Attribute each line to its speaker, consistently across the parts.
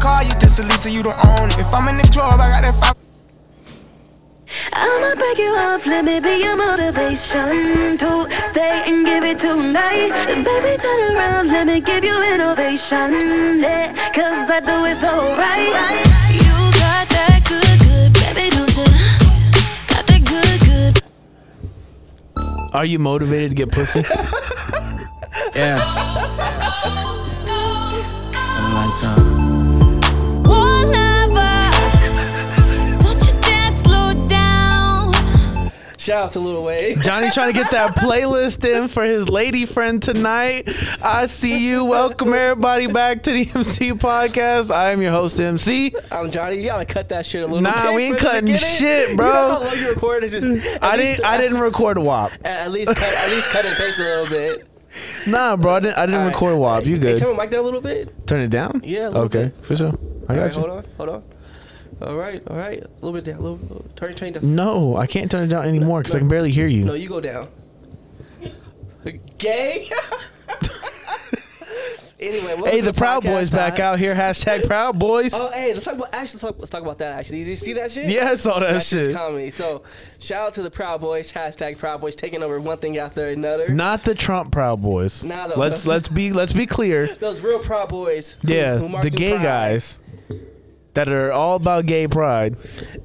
Speaker 1: car, you just a lease and you don't own it. If I'm in the club, I got that five.
Speaker 2: I'ma break you off, let me be your motivation to stay and give it tonight. Baby, turn around, let me give you an ovation. Yeah, cause I do it so right.
Speaker 3: You got that good, good, baby, don't you? Got that good, good.
Speaker 4: Are you motivated to get pussy?
Speaker 5: Yeah. Lights out.
Speaker 3: One Don't you dare slow down.
Speaker 6: Shout out to Lil Wayne.
Speaker 4: Johnny trying to get that playlist in for his lady friend tonight. I see you. Welcome everybody back to the MC podcast. I am your host MC.
Speaker 6: I'm Johnny. You gotta cut that shit a little.
Speaker 4: Nah,
Speaker 6: bit
Speaker 4: we ain't
Speaker 6: for the
Speaker 4: cutting
Speaker 6: beginning.
Speaker 4: shit,
Speaker 6: You
Speaker 4: bro.
Speaker 6: know how long you recorded? It's Just uh,
Speaker 4: I didn't I didn't record WAP.
Speaker 6: At least cut, at least cut and paste a little bit.
Speaker 4: Nah, bro, I didn't I didn't
Speaker 6: All right.
Speaker 4: record WAP. You
Speaker 6: Hey,
Speaker 4: good.
Speaker 6: turn my mic down a little bit.
Speaker 4: Turn it down?
Speaker 6: Yeah, a little
Speaker 4: Okay,
Speaker 6: bit.
Speaker 4: for sure. I
Speaker 6: All
Speaker 4: got
Speaker 6: right,
Speaker 4: you.
Speaker 6: Hold on, hold on. All right, all right. A little bit down. A little, little. Turn, turn down.
Speaker 4: No, I can't turn it down anymore because I can barely hear you.
Speaker 6: No, you go down. Gay. anyway, what
Speaker 4: hey,
Speaker 6: was
Speaker 4: the Proud
Speaker 6: podcast
Speaker 4: Boys back
Speaker 6: on?
Speaker 4: out here. Hashtag Proud Boys.
Speaker 6: Oh, hey, let's talk about actually let's talk, let's talk about that actually. Did you see that shit?
Speaker 4: yeah, I saw that
Speaker 6: That's
Speaker 4: shit.
Speaker 6: comedy. So, shout out to the Proud Boys. Hashtag Proud Boys taking over one thing after another.
Speaker 4: Not the Trump Proud Boys.
Speaker 6: Nah, the-
Speaker 4: let's let's be let's be clear.
Speaker 6: Those real Proud Boys. who-
Speaker 4: Yeah,
Speaker 6: who marched
Speaker 4: the
Speaker 6: in
Speaker 4: gay
Speaker 6: pride.
Speaker 4: guys that are all about gay pride.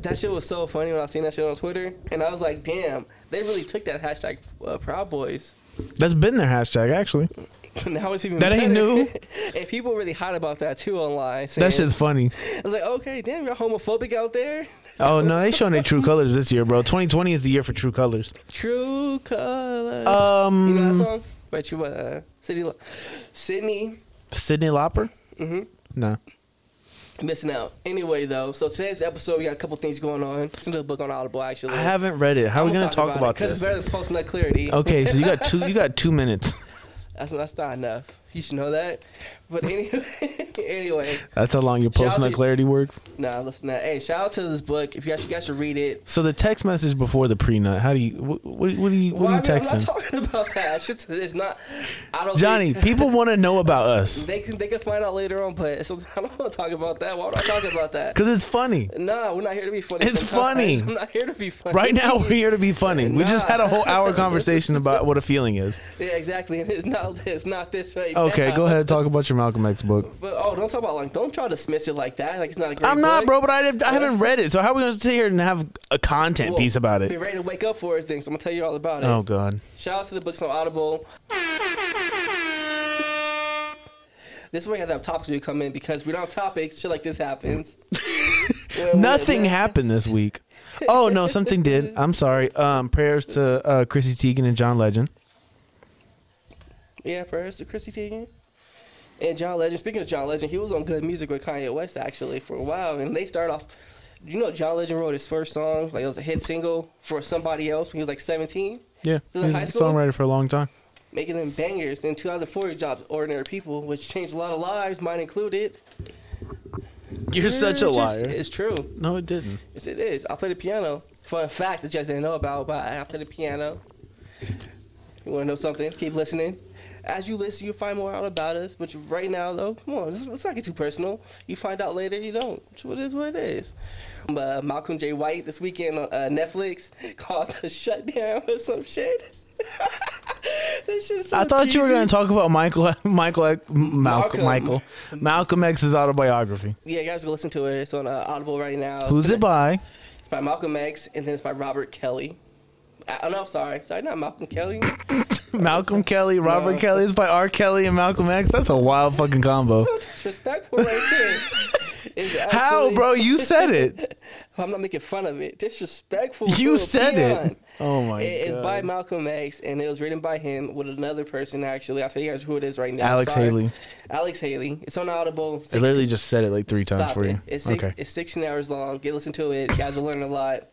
Speaker 6: That shit was so funny when I seen that shit on Twitter, and I was like, damn, they really took that hashtag uh, Proud Boys.
Speaker 4: That's been their hashtag actually.
Speaker 6: now it's even
Speaker 4: That ain't
Speaker 6: better.
Speaker 4: new.
Speaker 6: and people were really hot about that too online. Saying,
Speaker 4: That shit's funny.
Speaker 6: I was like, okay, damn, you're homophobic out there.
Speaker 4: Oh no, they showing their true colors this year, bro. 2020 is the year for true colors.
Speaker 6: True colors.
Speaker 4: Um,
Speaker 6: you know that song? But you, uh, City, Lo- Sydney,
Speaker 4: Sydney Lauper.
Speaker 6: Mhm.
Speaker 4: No.
Speaker 6: missing out. Anyway, though, so today's episode, we got a couple things going on. It's in the book on Audible, actually.
Speaker 4: I haven't read it. How are we gonna talk about,
Speaker 6: Because it's
Speaker 4: this?
Speaker 6: better than post nut clarity.
Speaker 4: Okay, so you got two. You got two minutes.
Speaker 6: That's, that's not enough. You should know that. But anyway, anyway,
Speaker 4: That's how long your
Speaker 6: Shout out
Speaker 4: post nut
Speaker 6: to-
Speaker 4: clarity works.
Speaker 6: nah, listen. Now. Hey, shout out to this book. If you guys, you guys should read it.
Speaker 4: So the text message before the pre nut. How do you? What, what, what do you? What
Speaker 6: Well,
Speaker 4: are you
Speaker 6: I mean, I'm not
Speaker 4: texting?
Speaker 6: talking about that. Shit's, it's not. I don't.
Speaker 4: Johnny,
Speaker 6: think-
Speaker 4: people want to know about us
Speaker 6: they can they can find out later on, but it's, I don't want to talk about that. Why would I talk about that?
Speaker 4: because it's funny.
Speaker 6: Nah, we're not here to be funny.
Speaker 4: It's funny.
Speaker 6: sometimes. I'm not here to be funny.
Speaker 4: Right now, we're here to be funny. We just
Speaker 6: Nah.
Speaker 4: had a whole hour conversation about what a feeling is.
Speaker 6: yeah, exactly. And it's not it's not this right.
Speaker 4: Okay,
Speaker 6: now.
Speaker 4: go ahead. Talk about your Malcolm X book.
Speaker 6: But oh, don't talk about like don't try to dismiss it like that. Like it's not a great.
Speaker 4: I'm not,
Speaker 6: book.
Speaker 4: bro, but I, I haven't read it. So how are we going to sit here and have a content
Speaker 6: Well,
Speaker 4: piece about
Speaker 6: Be
Speaker 4: it?
Speaker 6: ready to wake up for it, things. I'm gonna tell you all about it.
Speaker 4: Oh, God.
Speaker 6: Shout out to the books on Audible. This is where we have to have topics when we come in because if we don't have topics, shit like this happens. Well, well,
Speaker 4: Nothing
Speaker 6: well,
Speaker 4: happened this week. Oh, no, something did. I'm sorry. Um, prayers to uh, Chrissy Teigen and John Legend.
Speaker 6: Yeah, prayers to Chrissy Teigen and John Legend. Speaking of John Legend, he was on Good Music with Kanye West actually for a while, and they start off. You know, John Legend wrote his first song, like it was a hit single for somebody else when he was like 17.
Speaker 4: Yeah, he
Speaker 6: So the
Speaker 4: was a
Speaker 6: high school-
Speaker 4: songwriter for a long time.
Speaker 6: making them bangers. In 2004, he dropped Ordinary People, which changed a lot of lives, mine included.
Speaker 4: You're such a
Speaker 6: It's-
Speaker 4: liar.
Speaker 6: It's true.
Speaker 4: No, it didn't.
Speaker 6: Yes, it is. I play the piano. Fun fact that you guys didn't know about, but I play the piano. You want to know something? Keep listening. As you listen, you find more out about us. But right now, though, come on, let's, let's not get too personal. You find out later, you don't. So It is what it is. Um, Uh, Malcolm J. White this weekend on uh, Netflix called the shutdown or some shit. that shit is so
Speaker 4: I thought you were
Speaker 6: cheesy.
Speaker 4: going to talk about Michael, Michael, Malcolm,
Speaker 6: Malcolm.
Speaker 4: Michael, Malcolm X's autobiography.
Speaker 6: Yeah, you guys go listen to it. It's on uh, Audible right now. It's
Speaker 4: Who's
Speaker 6: gonna-
Speaker 4: it by?
Speaker 6: It's by Malcolm X, and then it's by Robert Kelly. I, oh, no, I'm sorry. Sorry, not Malcolm Kelly.
Speaker 4: Malcolm Kelly, Robert
Speaker 6: No.
Speaker 4: Kelly. It's by R. Kelly and Malcolm X. That's a wild fucking combo.
Speaker 6: so disrespectful right there. It's
Speaker 4: How,
Speaker 6: actually-
Speaker 4: bro? You said it.
Speaker 6: I'm not making fun of it. Disrespectful.
Speaker 4: You
Speaker 6: to a
Speaker 4: said it.
Speaker 6: peon.
Speaker 4: Oh my
Speaker 6: It- It's by
Speaker 4: God.
Speaker 6: Malcolm X, and it was written by him with another person. Actually, I'll tell you guys who it is right now.
Speaker 4: Alex
Speaker 6: Sorry.
Speaker 4: Haley.
Speaker 6: Alex Haley. It's on Audible.
Speaker 4: I
Speaker 6: 16
Speaker 4: literally just said it like three times
Speaker 6: Stop
Speaker 4: for
Speaker 6: it.
Speaker 4: you.
Speaker 6: It's, six,
Speaker 4: okay.
Speaker 6: it's 16 hours long. Get listen to it. You guys will learn a lot.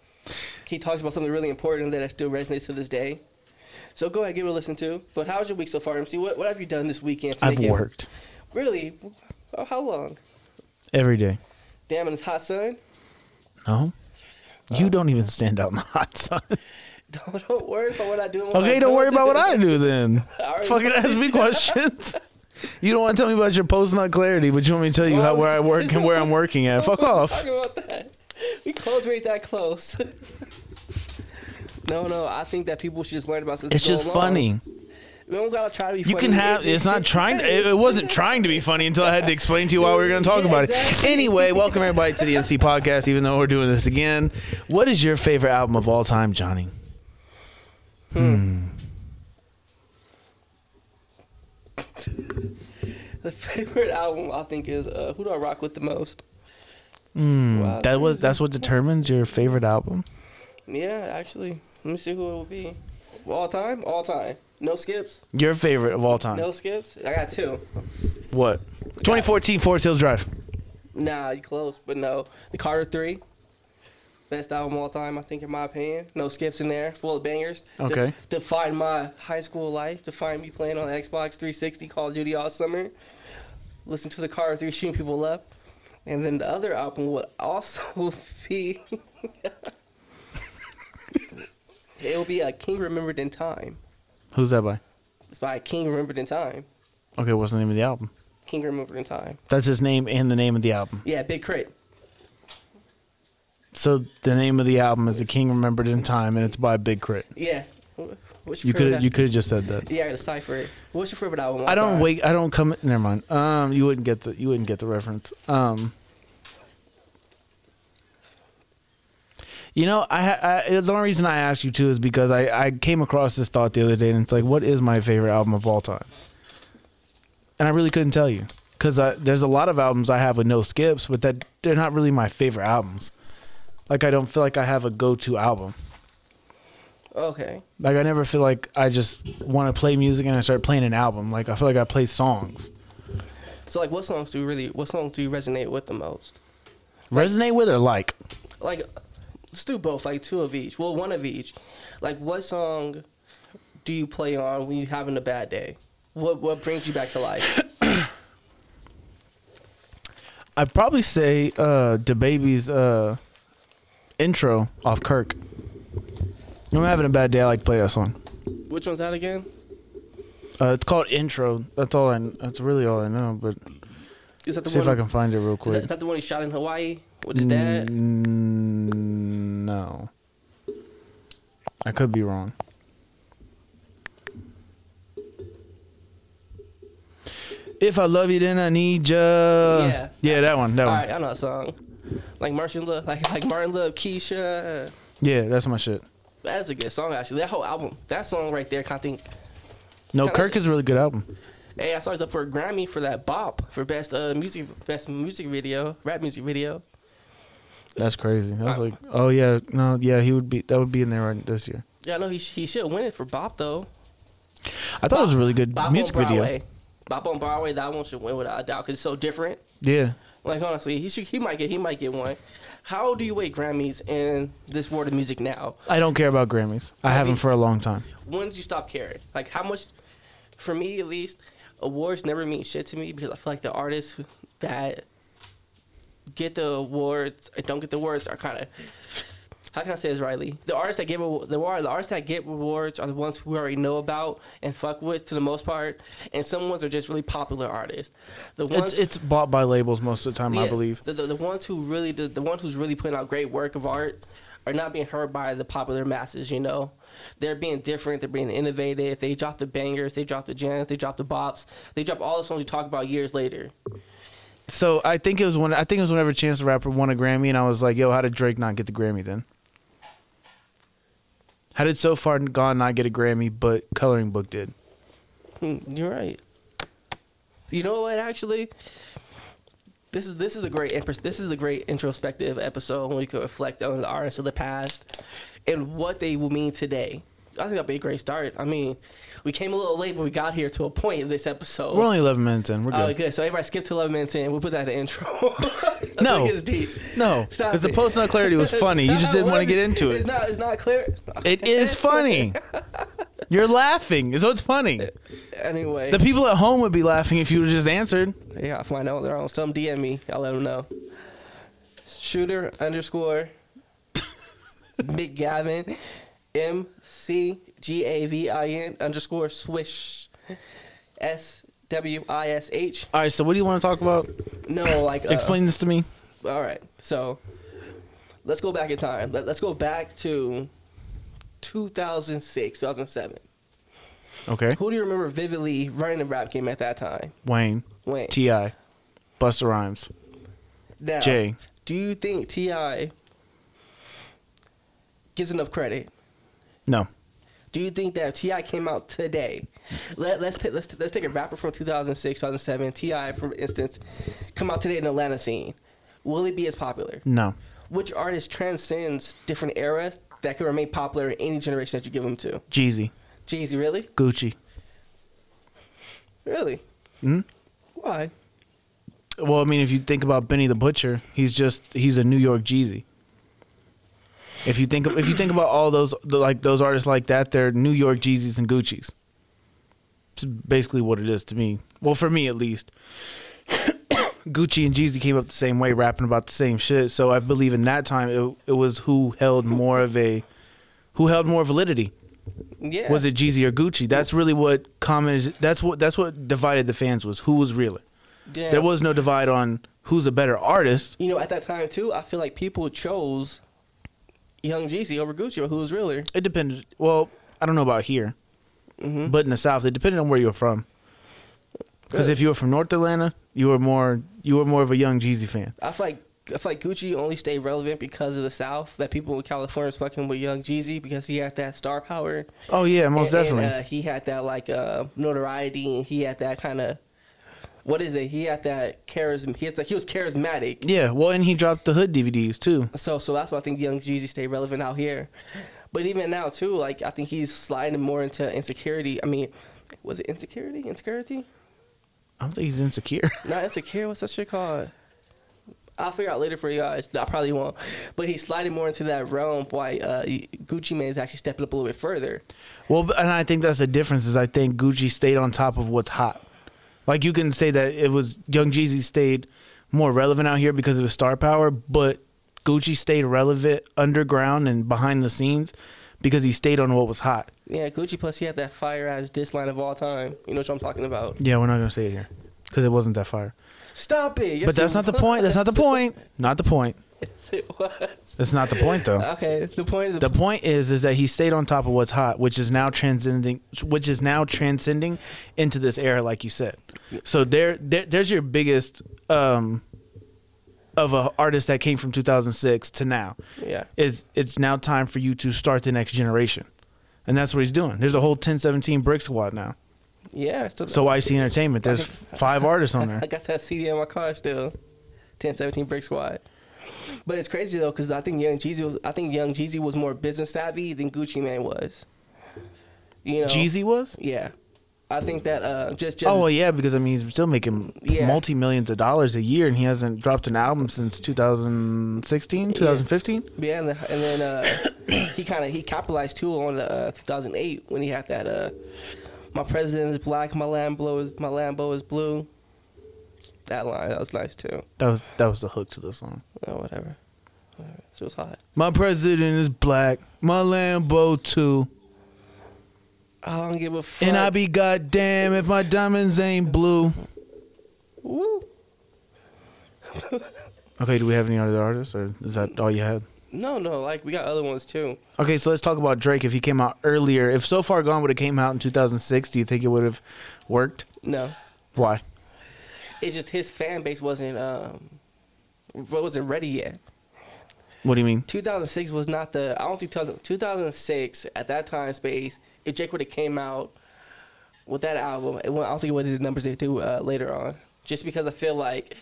Speaker 6: He talks about something really important that still resonates to this day. So go ahead, give it a listen to. But how's your week so far, MC? What, what have you done this weekend? to
Speaker 4: I've
Speaker 6: make it-
Speaker 4: worked
Speaker 6: Really? Oh, how long?
Speaker 4: every day.
Speaker 6: Damn, and it's hot sun.
Speaker 4: No.
Speaker 6: Uh-huh.
Speaker 4: You don't even stand out in the hot sun.
Speaker 6: Don't, don't worry about what I do. and what
Speaker 4: Okay,
Speaker 6: I
Speaker 4: don't worry about what I
Speaker 6: do.
Speaker 4: do then.
Speaker 6: I already
Speaker 4: Fucking
Speaker 6: know.
Speaker 4: ask me questions. You don't want to tell me about your post nut clarity, but you want me to tell you how where I work and where I'm working at. Fuck off.
Speaker 6: Talk about that. We close rate that close. no, no. I think that people should just learn about this.
Speaker 4: It's just funny.
Speaker 6: We don't gotta try to be.
Speaker 4: You
Speaker 6: funny.
Speaker 4: can have. It's not trying. To, it, it wasn't trying to be funny until I had to explain to you why we were going to talk
Speaker 6: Yeah,
Speaker 4: about it.
Speaker 6: exactly.
Speaker 4: Anyway, welcome everybody to the MC podcast. Even though we're doing this again, what is your favorite album of all time, Johnny?
Speaker 6: The favorite album I think is uh, Who Do I Rock With The Most? Wow,
Speaker 4: Hmm, That was. That's what determines your favorite album.
Speaker 6: Yeah, actually. Let me see who it will be. All time? All time. No skips?
Speaker 4: Your favorite of all time.
Speaker 6: No skips? I got two.
Speaker 4: What? 2014 Forest Hills Drive.
Speaker 6: Nah, you close, but no. The Carter 3. Best album of all time, I think, in my opinion. No skips in there, full of bangers. De-
Speaker 4: Okay.
Speaker 6: defined my high school life. Defined me playing on Xbox 360, Call of Duty all summer. Listen to the Carter 3 shooting people up. And then the other album would also be. it will be a King Remembered in Time.
Speaker 4: Who's that by?
Speaker 6: It's by King Remembered in Time.
Speaker 4: Okay, what's the name of the album?
Speaker 6: King Remembered in Time.
Speaker 4: That's his name and the name of the album.
Speaker 6: Yeah, Big Crit.
Speaker 4: So the name of the album is "The King Remembered in Time," and it's by Big Crit.
Speaker 6: Yeah. Wh- What's your
Speaker 4: You
Speaker 6: favorite
Speaker 4: could
Speaker 6: al-
Speaker 4: you could have just said that.
Speaker 6: Yeah, I gotta decipher it. What's your favorite album? of
Speaker 4: I
Speaker 6: all
Speaker 4: don't
Speaker 6: time?
Speaker 4: wait. I don't come. Never mind. Um, you wouldn't get the you wouldn't get the reference. Um, you know, I, ha- I the only reason I asked you too is because I I came across this thought the other day, and it's like, what is my favorite album of all time? And I really couldn't tell you because there's a lot of albums I have with no skips, but that they're not really my favorite albums. Like I don't feel like I have a go to album.
Speaker 6: Okay.
Speaker 4: Like I never feel like I just want to play music and I start playing an album. Like I feel like I play songs.
Speaker 6: So like, what songs do you really? What songs do you resonate with the most?
Speaker 4: resonate with or like
Speaker 6: Like, let's do both. Like two of each. Well, one of each. Like, what song do you play on when you're having a bad day? What What brings you back to life?
Speaker 4: i'd probably say uh the baby's uh intro off kirk When i'm having a bad day i like to play that song
Speaker 6: Which one's that again?
Speaker 4: uh it's called intro that's all i that's really all i know but
Speaker 6: Is that the
Speaker 4: see if
Speaker 6: one?
Speaker 4: i can find it real
Speaker 6: is,
Speaker 4: quick
Speaker 6: that, is that the one he shot in Hawaii with his dad?
Speaker 4: Mm, no i could be wrong if I love you, then I need ya. Yeah, yeah, that one, that
Speaker 6: All
Speaker 4: one.
Speaker 6: right, I know that song. Like Martin Love, like like Martin Love, Keisha.
Speaker 4: Yeah, that's my shit.
Speaker 6: That is a good song actually. That whole album, that song right there, kind of think
Speaker 4: No,
Speaker 6: Kinda
Speaker 4: Kirk
Speaker 6: like-
Speaker 4: is a really good album.
Speaker 6: Hey, I saw he's up for a Grammy for that bop for best uh music best music video, rap music video.
Speaker 4: That's crazy. I was
Speaker 6: Wow.
Speaker 4: like, oh yeah, no, yeah, he would be. That would be in there right this year.
Speaker 6: Yeah, I know he sh- he should win it for bop though.
Speaker 4: I thought it was a really good
Speaker 6: Bop
Speaker 4: music
Speaker 6: on
Speaker 4: video.
Speaker 6: Broadway. Bop on Broadway, that one should win without a doubt because it's so different.
Speaker 4: Yeah,
Speaker 6: Like honestly, he should he might get he might get one. How do you weigh Grammys in this world of music now?
Speaker 4: I don't care about Grammys. I haven't for a long time.
Speaker 6: When did you stop caring? Like how much? For me at least, awards never mean shit to me because I feel like the artists who- that get the awards and don't get the awards are kind of how can I say this rightly? The artists that give awa- the award, the artists that get rewards are the ones who we already know about and fuck with to the most part, and some ones are just really popular artists. The ones
Speaker 4: It's it's bought by labels most of the time, I
Speaker 6: yeah,
Speaker 4: believe.
Speaker 6: the, the, the ones who really the, the one who's really putting out great work of art are not being heard by the popular masses. You know, they're being different. They're being innovative. They drop the bangers. They drop the jams. They drop the bops. They drop all the songs you talk about years later.
Speaker 4: So I think it was when I think it was whenever Chance the Rapper won a Grammy, and I was like, yo, how did Drake not get the Grammy then? How did So Far Gone not get a Grammy, but Coloring Book did?
Speaker 6: Hmm, You're right. You know what? Actually, this is this is a great impros- this is a great introspective episode when we could reflect on the artists of the past and what they will mean today. I think that'll be a great start. I mean, we came a little late, but we got here to a point in this episode.
Speaker 4: We're only 11 minutes in. We're
Speaker 6: Oh,
Speaker 4: good.
Speaker 6: good. So everybody skip to 11 minutes in. We'll put that in the intro. I
Speaker 4: No.
Speaker 6: think it's deep.
Speaker 4: No,
Speaker 6: Stop
Speaker 4: because the
Speaker 6: it.
Speaker 4: post not clarity was
Speaker 6: It's
Speaker 4: funny. You
Speaker 6: not-
Speaker 4: just didn't want to
Speaker 6: wasn't-
Speaker 4: get into it.
Speaker 6: It's not. It's not clear.
Speaker 4: It is funny. You're laughing. So it's funny.
Speaker 6: Anyway,
Speaker 4: The people at home would be laughing if you would just answered.
Speaker 6: yeah, I find out they're on. Some DM me. I'll let them know. Shooter underscore Big Gavin M C G A V I N underscore Swish S W I S H.
Speaker 4: All right, so what do you want to talk about?
Speaker 6: No, like uh,
Speaker 4: Explain this to me.
Speaker 6: All right, so let's go back in time. Let, let's go back to 2006, 2007.
Speaker 4: Okay.
Speaker 6: Who do you remember vividly running the rap game at that time?
Speaker 4: Wayne,
Speaker 6: Wayne.
Speaker 4: T.I., Busta Rhymes,
Speaker 6: now,
Speaker 4: Jay.
Speaker 6: Do you think Ti gets enough credit?
Speaker 4: No.
Speaker 6: Do you think that if Ti came out today, let, let's ta- let's let's take a rapper from 2006, 2007, Ti for instance, come out today in the Atlanta scene, will it be as popular?
Speaker 4: No.
Speaker 6: Which artist transcends different eras that can remain popular in any generation that you give them to?
Speaker 4: Jeezy,
Speaker 6: Jeezy, really,
Speaker 4: Gucci.
Speaker 6: really?
Speaker 4: Hmm?
Speaker 6: Why?
Speaker 4: Well, I mean, if you think about Benny the Butcher, he's just he's a New York Jeezy. If you think if you think about all those the, like those artists like that, they're New York Jeezys and Gucci's. It's basically what it is to me. Well, for me at least. Gucci and Jeezy came up the same way, rapping about the same shit. So I believe in that time it, it was who held more of a who held more validity.
Speaker 6: Yeah.
Speaker 4: Was it Jeezy or Gucci? That's really what common. That's what that's what divided the fans was who was realer.
Speaker 6: Yeah.
Speaker 4: There was no divide on who's a better artist.
Speaker 6: You know, at that time too, I feel like people chose Young Jeezy over Gucci, or who was realer.
Speaker 4: It depended. Well, I don't know about here, but in the South, it depended on where you were from. Because if you were from North Atlanta, you were more you were more of a young Jeezy fan.
Speaker 6: I feel like I feel like Gucci only stayed relevant because of the South. That people in California was fucking with Young Jeezy because he had that star power.
Speaker 4: Oh yeah, most
Speaker 6: And- and,
Speaker 4: definitely.
Speaker 6: uh, he had that like uh, notoriety, and he had that kind of what is it? He had that charisma. He, has that, he was charismatic.
Speaker 4: yeah, well, and he dropped the Hood DVDs too.
Speaker 6: So so that's why I think Young Jeezy stayed relevant out here. But even now too, like I think he's sliding more into insecurity. I mean, was it insecurity? Insecurity?
Speaker 4: I don't think he's insecure.
Speaker 6: Not insecure. What's that shit called? I'll figure out later for you guys. I probably won't. But he's sliding more into that realm. Why uh, Gucci Mane is actually stepping up a little bit further.
Speaker 4: Well, but- and I think that's the difference. Is I think Gucci stayed on top of what's hot. Like you can say that it was Young Jeezy stayed more relevant out here because of his star power, but Gucci stayed relevant underground and behind the scenes because he stayed on what was hot.
Speaker 6: Yeah, Gucci. Plus, he had that fire ass diss line of all time. You know what I'm talking about?
Speaker 4: Yeah, we're not gonna say it here because it wasn't that fire.
Speaker 6: Stop it. Yes,
Speaker 4: But that's
Speaker 6: it
Speaker 4: not the point. That's not the
Speaker 6: was.
Speaker 4: point. Not the point.
Speaker 6: Yes, it was.
Speaker 4: That's not the point though.
Speaker 6: Okay. The point. Of the,
Speaker 4: The point is, is that he stayed on top of what's hot, which is now transcending, which is now transcending into this era, like you said. So there, there there's your biggest um, of a artist that came from 2006 to now.
Speaker 6: yeah.
Speaker 4: Is it's now time for you to start the next generation, and that's what he's doing. There's a whole 1017 brick squad now.
Speaker 6: Yeah. I Still,
Speaker 4: So YC Entertainment, there's five artists on there.
Speaker 6: I got that CD in my car still. 1017 Brick Squad. But it's crazy though, because I think Young Jeezy was I think Young Jeezy was more business savvy than Gucci Man was. You know,
Speaker 4: Jeezy was.
Speaker 6: Yeah, I think that uh, just just
Speaker 4: Oh well, yeah, because I mean he's still making
Speaker 6: Yeah.
Speaker 4: multi millions of dollars a year, and he hasn't dropped an album since 2016, 2015.
Speaker 6: yeah, and, the, and then uh, he kind of he capitalized too on the uh, 2008 when he had that uh, my president is black, my Lambo is my Lambo is blue. That line that was nice too.
Speaker 4: That was that was the hook to the song.
Speaker 6: Oh whatever, Alright, so it was hot.
Speaker 4: My president is black, my Lambo too,
Speaker 6: I don't give a fuck.
Speaker 4: and I be goddamn if my diamonds ain't blue.
Speaker 6: Woo.
Speaker 4: Okay, do we have any other artists, or is that all you had?
Speaker 6: No, no, like we got other ones too.
Speaker 4: Okay, so let's talk about Drake. If he came out earlier, if So Far Gone would have came out in 2006, do you think it would have worked?
Speaker 6: No,
Speaker 4: Why?
Speaker 6: it's just his fan base wasn't um, wasn't ready yet.
Speaker 4: What do you mean? 2006
Speaker 6: 2006 was not the I don't think 2000 2006 at that time space. If Drake would have came out with that album, it, wa- I don't think it would have the numbers they do uh, later on. Just because I feel like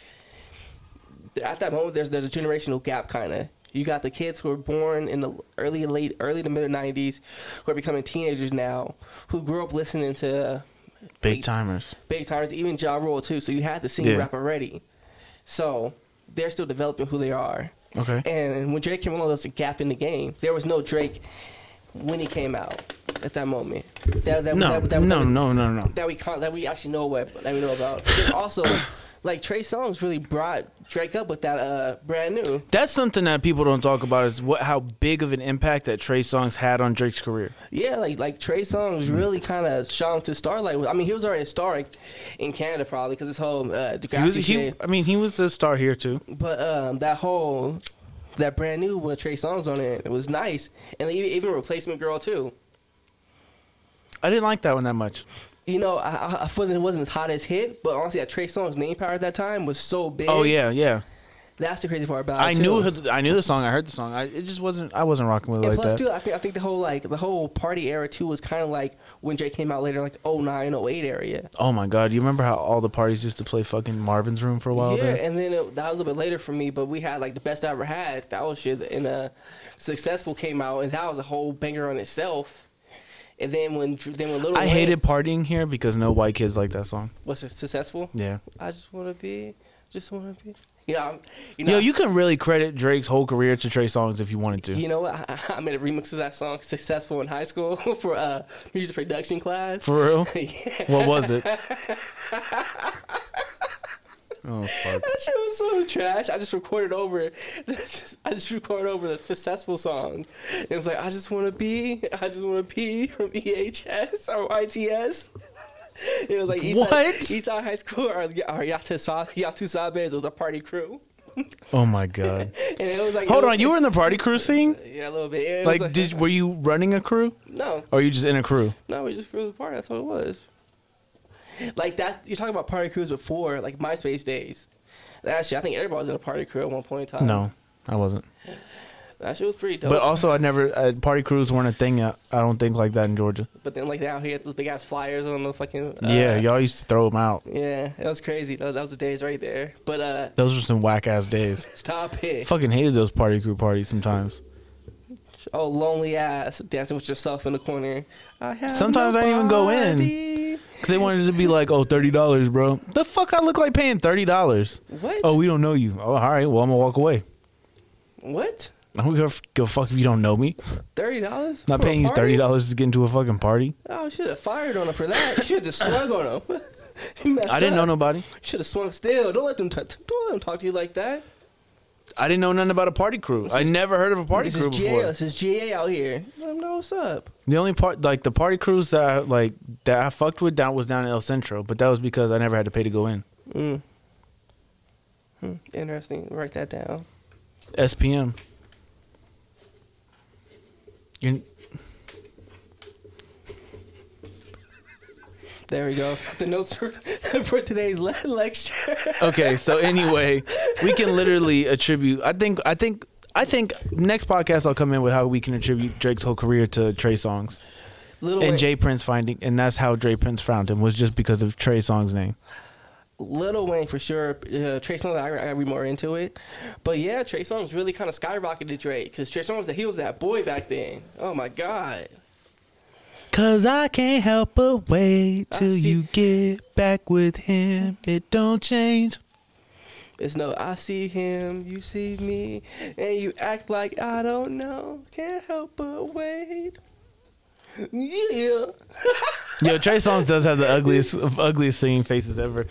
Speaker 6: th- at that moment there's there's a generational gap kind of. You got the kids who were born in the early late early to mid 90s who are becoming teenagers now who grew up listening to
Speaker 4: Big timers.
Speaker 6: big timers, even Ja Rule too. So you had the
Speaker 4: Yeah.
Speaker 6: singing rap already. So they're still developing who they are.
Speaker 4: Okay.
Speaker 6: And when Drake came along, there was a gap in the game. There was no Drake when it came out at that moment. That, that,
Speaker 4: No,
Speaker 6: that, that,
Speaker 4: no,
Speaker 6: that,
Speaker 4: no, no, no.
Speaker 6: that we con- that we actually know what that we know about. And also, like Trey Songz really brought Drake up with that uh brand new.
Speaker 4: That's something that people don't talk about is what how big of an impact that Trey Songz had on Drake's career.
Speaker 6: Yeah, like like Trey
Speaker 4: Mm.
Speaker 6: Songz really kind of shone to starlight. with- I mean, he was already a star in- in Canada probably because this whole uh,
Speaker 4: He was,
Speaker 6: Degrassi
Speaker 4: he,
Speaker 6: shit.
Speaker 4: I mean, he was a star here too.
Speaker 6: But um, that whole that brand new with Trey Songz on it, it was nice, and they even even replacement girl too.
Speaker 4: I didn't like that one that much.
Speaker 6: You know, I, I I wasn't it wasn't as hot as hit, but honestly, that Trey Songz name power at that time was so big.
Speaker 4: Oh yeah, yeah.
Speaker 6: that's the crazy part about
Speaker 4: I
Speaker 6: it. too.
Speaker 4: knew her- I knew the song. I heard the song. I, it just wasn't. I wasn't rocking with it
Speaker 6: And
Speaker 4: like
Speaker 6: plus,
Speaker 4: that.
Speaker 6: too, I think I think the whole like the whole party era too was kind of like when Drake came out later, like oh, 09, 08 area.
Speaker 4: Oh my god! You remember how all the parties used to play fucking Marvin's Room for a while?
Speaker 6: yeah,
Speaker 4: there?
Speaker 6: and then it, that was a little bit later for me, but we had like the best I ever had. That was shit, and uh, successful came out, and that was a whole banger on itself. And then when Dr- then when little
Speaker 4: I hated partying here because no white kids like that song.
Speaker 6: was it successful.
Speaker 4: Yeah.
Speaker 6: I just wanna be, just wanna be. You know, I'm, you know,
Speaker 4: Yo, you can really credit Drake's whole career to Trey Songz if you wanted to.
Speaker 6: You know what? I, I made a remix of that song, "Successful" in high school for uh music production class.
Speaker 4: For real?
Speaker 6: yeah.
Speaker 4: What was it? oh fuck.
Speaker 6: That shit was so trash. I just recorded over. it. I just recorded over the successful song. It was like I just want to be. I just want to be from EHS or ITS. It was like Eastside,
Speaker 4: What?
Speaker 6: Eastside High School or, or Yatusa- Yatusabes. It was a party crew,
Speaker 4: Oh my god.
Speaker 6: and it was like
Speaker 4: Hold
Speaker 6: it was-
Speaker 4: on, you were in the party crew scene?
Speaker 6: yeah a little bit. It was
Speaker 4: Like, did were you running a crew,
Speaker 6: no
Speaker 4: or you just in a crew?
Speaker 6: no we just grew the party. That's what it was. Like that you're talking about party crews before like MySpace days. That shit, I think everybody was in a party crew at one point in time.
Speaker 4: No, I wasn't.
Speaker 6: that shit was pretty dope.
Speaker 4: But also, I never uh, party crews weren't a thing. uh, I don't think like that in Georgia.
Speaker 6: But then like down here, those big ass flyers on the fucking. Uh,
Speaker 4: yeah, y'all used to throw them out.
Speaker 6: Yeah, that was crazy. That, that was the days right there. But uh,
Speaker 4: Those were some whack ass days.
Speaker 6: stop it.
Speaker 4: Fucking hated those party crew parties sometimes.
Speaker 6: Oh, lonely ass dancing with yourself in the corner. I have
Speaker 4: Sometimes I didn't even go in.
Speaker 6: nobody.
Speaker 4: Cause they wanted to be like, oh, thirty dollars, bro. The fuck, I look like paying thirty dollars.
Speaker 6: What?
Speaker 4: Oh, we don't know you. Oh, all right. Well, I'm gonna walk away.
Speaker 6: what?
Speaker 4: I don't give a f- give a fuck if you don't know me.
Speaker 6: Thirty dollars?
Speaker 4: I'm not paying you thirty dollars to get into a fucking party.
Speaker 6: Oh, should have fired on him for that. Should have just swung on him. You messed
Speaker 4: I didn't know
Speaker 6: up.
Speaker 4: nobody.
Speaker 6: Should have swung still. Don't let them. T- don't let them talk to you like that.
Speaker 4: I didn't know nothing about a party crew. I never heard of a party
Speaker 6: this
Speaker 4: crew
Speaker 6: is
Speaker 4: before.
Speaker 6: GA. This is GA out here. Let them know what's up.
Speaker 4: The only part, like the party crews that I, like that I fucked with down was down in El Centro, but that was because I never had to pay to go in.
Speaker 6: Mm. Hmm, Interesting. Write that down.
Speaker 4: SPM. You're,
Speaker 6: There we go. The notes for, for today's le- lecture.
Speaker 4: okay, so anyway, we can literally attribute. I think. I think. I think next podcast I'll come in with how we can attribute Drake's whole career to Trey Songs
Speaker 6: Little
Speaker 4: and
Speaker 6: Wayne,
Speaker 4: Jay Prince finding, and that's how Jay Prince found him was just because of Trey Song's name.
Speaker 6: Little Wayne for sure. Uh, Trey Songz, I, I gotta be more into it. But yeah, Trey Songz really kind of skyrocketed Drake because Trey Songz, he was that boy back then. Oh my God.
Speaker 4: Cause I can't help but wait
Speaker 6: I
Speaker 4: till
Speaker 6: see-
Speaker 4: you get back with him. It don't change.
Speaker 6: It's no, I see him, you see me, and you act like I don't know. Can't help but wait. Yeah.
Speaker 4: Yo, Trey Songz does have the ugliest, ugliest singing faces ever.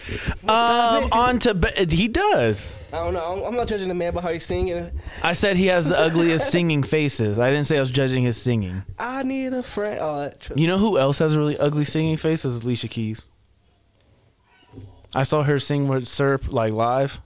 Speaker 4: Um, on to be- he does.
Speaker 6: I don't know. I'm- I'm not judging the man by how he's singing.
Speaker 4: I said he has the ugliest singing faces. I didn't say I was judging his singing.
Speaker 6: I need a friend. Oh, that tr-
Speaker 4: You know who else has a really ugly singing face? Is Alicia Keys. I saw her sing with Serp like live.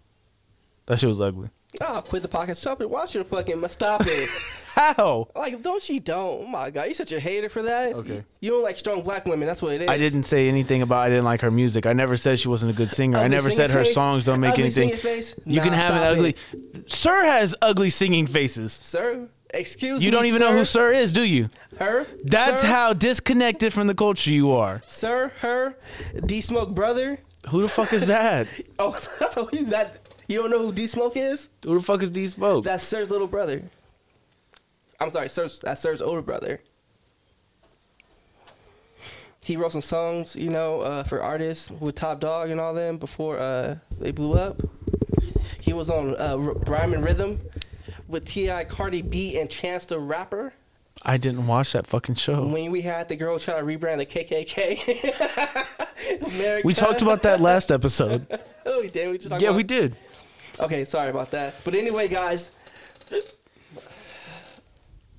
Speaker 4: That shit was ugly.
Speaker 6: Oh, quit the pocket. Stop it. Watch your fucking mouth. Stop it.
Speaker 4: How?
Speaker 6: like, don't she don't? Oh my god, you such a hater for that.
Speaker 4: Okay.
Speaker 6: You don't like strong black women. That's what it is.
Speaker 4: I didn't say anything about I didn't like her music. I never said she wasn't a good singer. I
Speaker 6: Ugly
Speaker 4: never said
Speaker 6: singing
Speaker 4: her
Speaker 6: face?
Speaker 4: songs don't make
Speaker 6: Ugly
Speaker 4: anything.
Speaker 6: singing face?
Speaker 4: You can
Speaker 6: Nah,
Speaker 4: have an
Speaker 6: stop
Speaker 4: ugly.
Speaker 6: it.
Speaker 4: Sir has ugly singing faces.
Speaker 6: Sir, excuse me.
Speaker 4: You don't even know who Sir is, do you?
Speaker 6: Her.
Speaker 4: That's
Speaker 6: Sir?
Speaker 4: how disconnected from the culture you are.
Speaker 6: Sir, her, D Smoke brother.
Speaker 4: Who the fuck is that?
Speaker 6: Oh, that's how you that. You don't know who D Smoke is?
Speaker 4: Who the fuck is D Smoke?
Speaker 6: That's Sir's little brother. I'm sorry, Sir's that's Sir's older brother. He wrote some songs, you know, uh, for artists with Top Dog and all them before uh, they blew up. He was on uh, R- Rhyme and Rhythm with T.I. Cardi B and Chance the Rapper.
Speaker 4: I didn't watch that fucking show.
Speaker 6: When we had the girl trying to rebrand the KKK. America.
Speaker 4: We talked about that last episode.
Speaker 6: Oh, we did. We just talked
Speaker 4: Yeah,
Speaker 6: about-
Speaker 4: we did.
Speaker 6: Okay, sorry about that. But anyway, guys.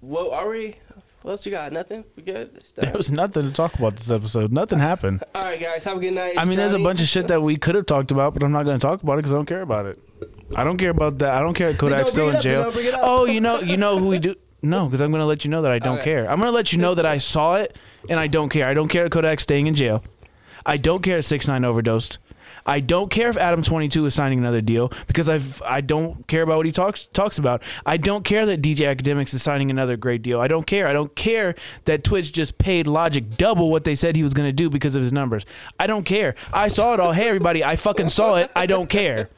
Speaker 6: What are we? What else you got? Nothing? We good?
Speaker 4: There was nothing to talk about this episode. Nothing happened.
Speaker 6: All right, guys. Have a good night.
Speaker 4: I mean, there's a bunch of shit that we could have talked about, but I'm not going to talk about it because I don't care about it. I don't care about that. I don't care.
Speaker 6: don't
Speaker 4: Kodak's still
Speaker 6: bring
Speaker 4: in
Speaker 6: it
Speaker 4: jail.
Speaker 6: up, then don't bring it up.
Speaker 4: Oh, you know, you know who we do. No, because I'm going to let you know that I don't
Speaker 6: Okay.
Speaker 4: care. I'm going to let you know that I saw it and I don't care. I don't care if Kodak's staying in jail. I don't care if six nine overdosed. I don't care if Adam 22 is signing another deal because I've I don't care about what he talks talks about. I don't care that DJ Academics is signing another great deal. I don't care. I don't care that Twitch just paid Logic double what they said he was going to do because of his numbers. I don't care. I saw it all. Hey everybody, I fucking saw it. I don't care.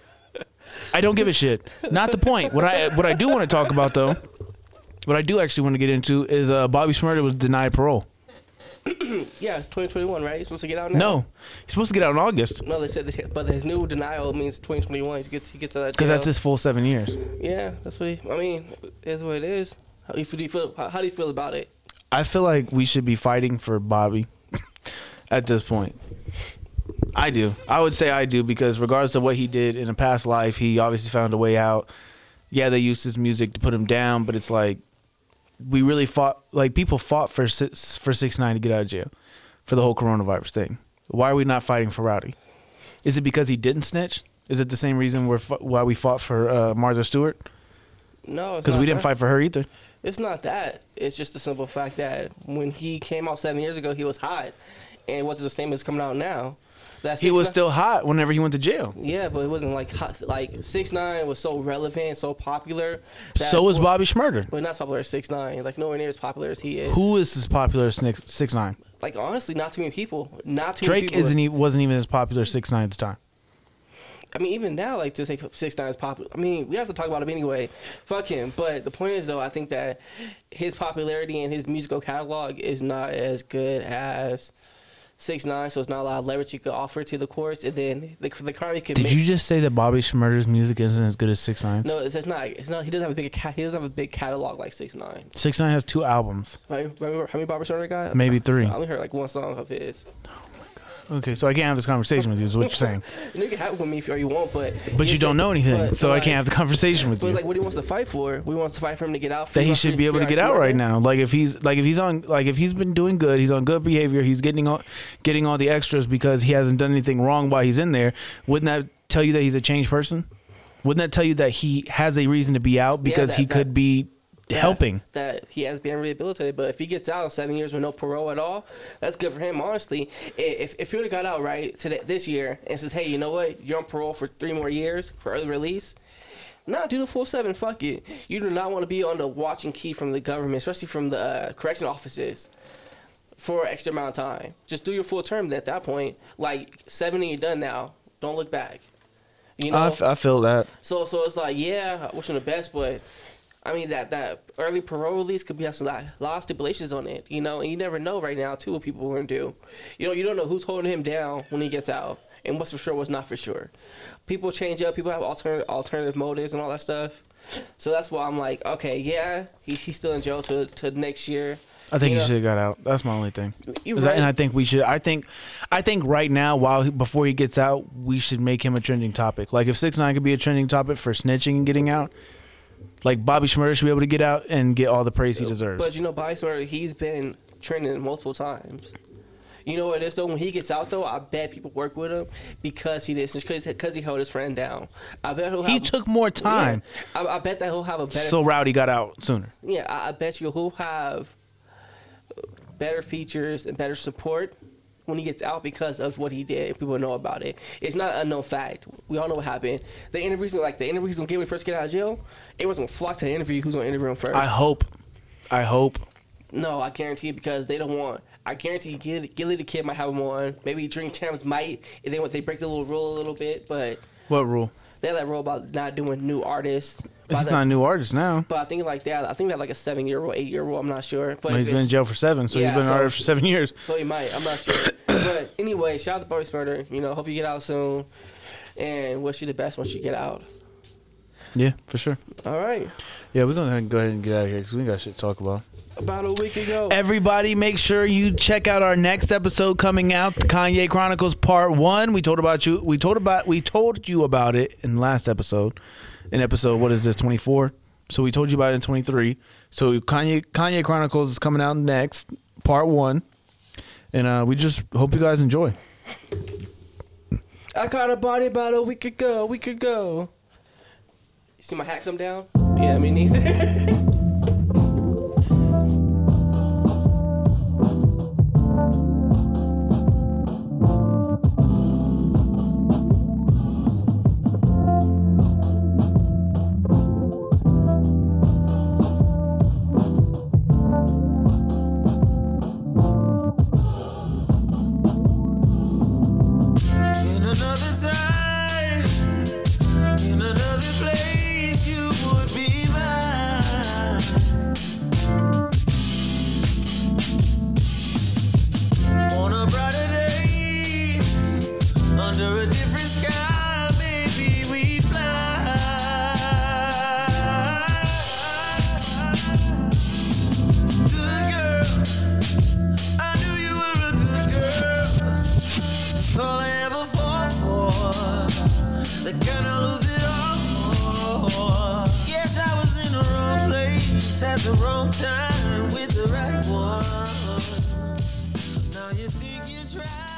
Speaker 4: I don't give a shit. Not the point. What I what I do want to talk about though, what I do actually want to get into is uh, Bobby Smurda was denied parole.
Speaker 6: Yeah, it's 2021, right? You're supposed to get out now.
Speaker 4: No, he's supposed to get out in August
Speaker 6: No, they said this, but his new denial means 2021. He gets he gets out of
Speaker 4: because
Speaker 6: jail.
Speaker 4: that's his full seven years.
Speaker 6: Yeah, that's what he. I mean, is what it is. How do you feel- do you feel? How, how do you feel about it?
Speaker 4: I feel like we should be fighting for Bobby at this point. I do. I would say I do because regardless of what he did in a past life, he obviously found a way out. Yeah, they used his music to put him down, but it's like we really fought. Like people fought for six, for six nine to get out of jail for the whole coronavirus thing. Why are we not fighting for Rowdy? Is it because he didn't snitch? Is it the same reason we're fu- why we fought for uh, Martha Stewart?
Speaker 6: No,
Speaker 4: Because we didn't
Speaker 6: fight.
Speaker 4: fight for her either.
Speaker 6: It's not that. It's just the simple fact that when he came out seven years ago, he was hot, and it wasn't the same as coming out now. That's
Speaker 4: He was still hot whenever he went to jail.
Speaker 6: Yeah, but it wasn't like hot. Like six nine was so relevant, so popular. that-
Speaker 4: So was Bobby Schmurder.
Speaker 6: But not as popular as six nine. Like nowhere near as popular as he is.
Speaker 4: Who is as popular as Six, six Nine?
Speaker 6: Like honestly, not too many people. Not too many
Speaker 4: Drake
Speaker 6: people.
Speaker 4: isn't. e- He wasn't even as popular as Six Nine at the time.
Speaker 6: I mean, even now, like to say six nine is popular. I mean, we have to talk about him anyway. Fuck him. But the point is, though, I think that his popularity and his musical catalog is not as good as six nine. So it's not a lot of leverage you could offer to the courts. And then the the Carney can.
Speaker 4: Did
Speaker 6: make,
Speaker 4: you just say that Bobby Schmurder's music isn't as good as Six Nine's?
Speaker 6: No, it's, it's not. It's not. He doesn't have a big. ca- He doesn't have a big catalog like six nine.
Speaker 4: Six Nine has two albums,
Speaker 6: Remember how many Bobby Turner got?
Speaker 4: maybe three.
Speaker 6: I only heard like one song of his.
Speaker 4: Okay, so I can't have this conversation with you. Is what you're saying?
Speaker 6: And you can have it with me if you want, but
Speaker 4: But you don't know anything,
Speaker 6: but-
Speaker 4: so I
Speaker 6: but,
Speaker 4: can't have the conversation with
Speaker 6: But
Speaker 4: you.
Speaker 6: like, what he wants to fight for? We wants to fight for him to get out.
Speaker 4: That
Speaker 6: free-
Speaker 4: he should be able
Speaker 6: free
Speaker 4: to get
Speaker 6: Alex
Speaker 4: out right
Speaker 6: Morgan.
Speaker 4: now. Like if he's like if he's on like if he's been doing good, he's on good behavior. He's getting all getting all the extras because he hasn't done anything wrong while he's in there. Wouldn't that tell you that he's a changed person? Wouldn't that tell you that he has a reason to be out because
Speaker 6: that-
Speaker 4: he could
Speaker 6: that-
Speaker 4: be
Speaker 6: that-
Speaker 4: helping?
Speaker 6: that he has been rehabilitated. But if he gets out in seven years with no parole at all, that's good for him. Honestly, I- if if he would have got out right today this year and says, "Hey, you know what? You're on parole for three more years for early release." Nah, do the full seven. Fuck it. You do not want to be on the watching key from the government, especially from the uh, correction offices, for an extra amount of time. Just do your full term. Then at that point, like seven, and you're done. Now, don't look back. You know,
Speaker 4: I, f- I feel that.
Speaker 6: so so it's like, yeah, I wish him the best, but I mean that that early parole release could be have some like, a lot of stipulations on it, you know, and you never know right now too what people are gonna do. You know, you don't know who's holding him down when he gets out and what's for sure, what's not for sure. People change up, people have alternative alternative motives and all that stuff. So that's why I'm like, okay, yeah, he, he's still in jail till till next year.
Speaker 4: I think he
Speaker 6: you know?
Speaker 4: should have got out. That's my only thing.
Speaker 6: You're
Speaker 4: Is that-
Speaker 6: right.
Speaker 4: and I think we should. I think, I think right now, while he, before he gets out, we should make him a trending topic. Like if six nine could be a trending topic for snitching and getting out, like Bobby Schmurder should be able to get out and get all the praise he deserves.
Speaker 6: But you know, Bobby Smurder, he's been trending multiple times. You know what it is though? When he gets out though, I bet people work with him because he did because because he held his friend down. I bet he'll
Speaker 4: he
Speaker 6: have,
Speaker 4: took more time,
Speaker 6: Yeah, I, I bet that he'll have a better.
Speaker 4: so Rowdy got out sooner.
Speaker 6: yeah, I, I bet you he'll have better features and better support when he gets out because of what he did. People know about it. It's not an unknown fact. We all know what happened. The interviews, like the interviews, gonna get when he first get out of jail. It was gonna flock to the interview. Who's gonna interview him first?
Speaker 4: I hope, I hope.
Speaker 6: No, I guarantee it because they don't want. I guarantee you, Gilly, Gilly the kid might have him on. Maybe Dream Champs might, and then what they break the little rule a little bit, but
Speaker 4: What rule?
Speaker 6: they have that rule about not doing new artists. By
Speaker 4: He's
Speaker 6: the-
Speaker 4: not a new artist now.
Speaker 6: but I think like that. I think that like a seven year rule, eight year rule. I'm not sure, but
Speaker 4: He's
Speaker 6: if it-
Speaker 4: been in jail for seven, so
Speaker 6: Yeah,
Speaker 4: he's been an
Speaker 6: so-
Speaker 4: artist for seven years.
Speaker 6: so he might. I'm not sure. but anyway, shout out to Bobby Smurder. You know, hope you get out soon, and wish you the best once you get out.
Speaker 4: Yeah, for sure.
Speaker 6: All right.
Speaker 4: Yeah, we're gonna go ahead and get out of here because we got shit to talk about.
Speaker 6: about a week ago.
Speaker 4: Everybody, make sure you check out our next episode coming out, the Kanye Chronicles Part One. We told about you. We told about. We told you about it in the last episode. In episode, what is this? Twenty four. So we told you about it in twenty three. So Kanye Kanye Chronicles is coming out next, Part One, and uh, we just hope you guys enjoy.
Speaker 6: I caught a body about a week ago. A week ago. You see my hat come down? Yeah, me neither.
Speaker 5: In another time, in another place, you would be mine. On a brighter day, under a different sky, maybe we fly. Good girl, I knew you were a good girl. All I ever fought for, the kind I lose it all for. Yes, I was in the wrong place at the wrong time with the right one. Now you think you tried.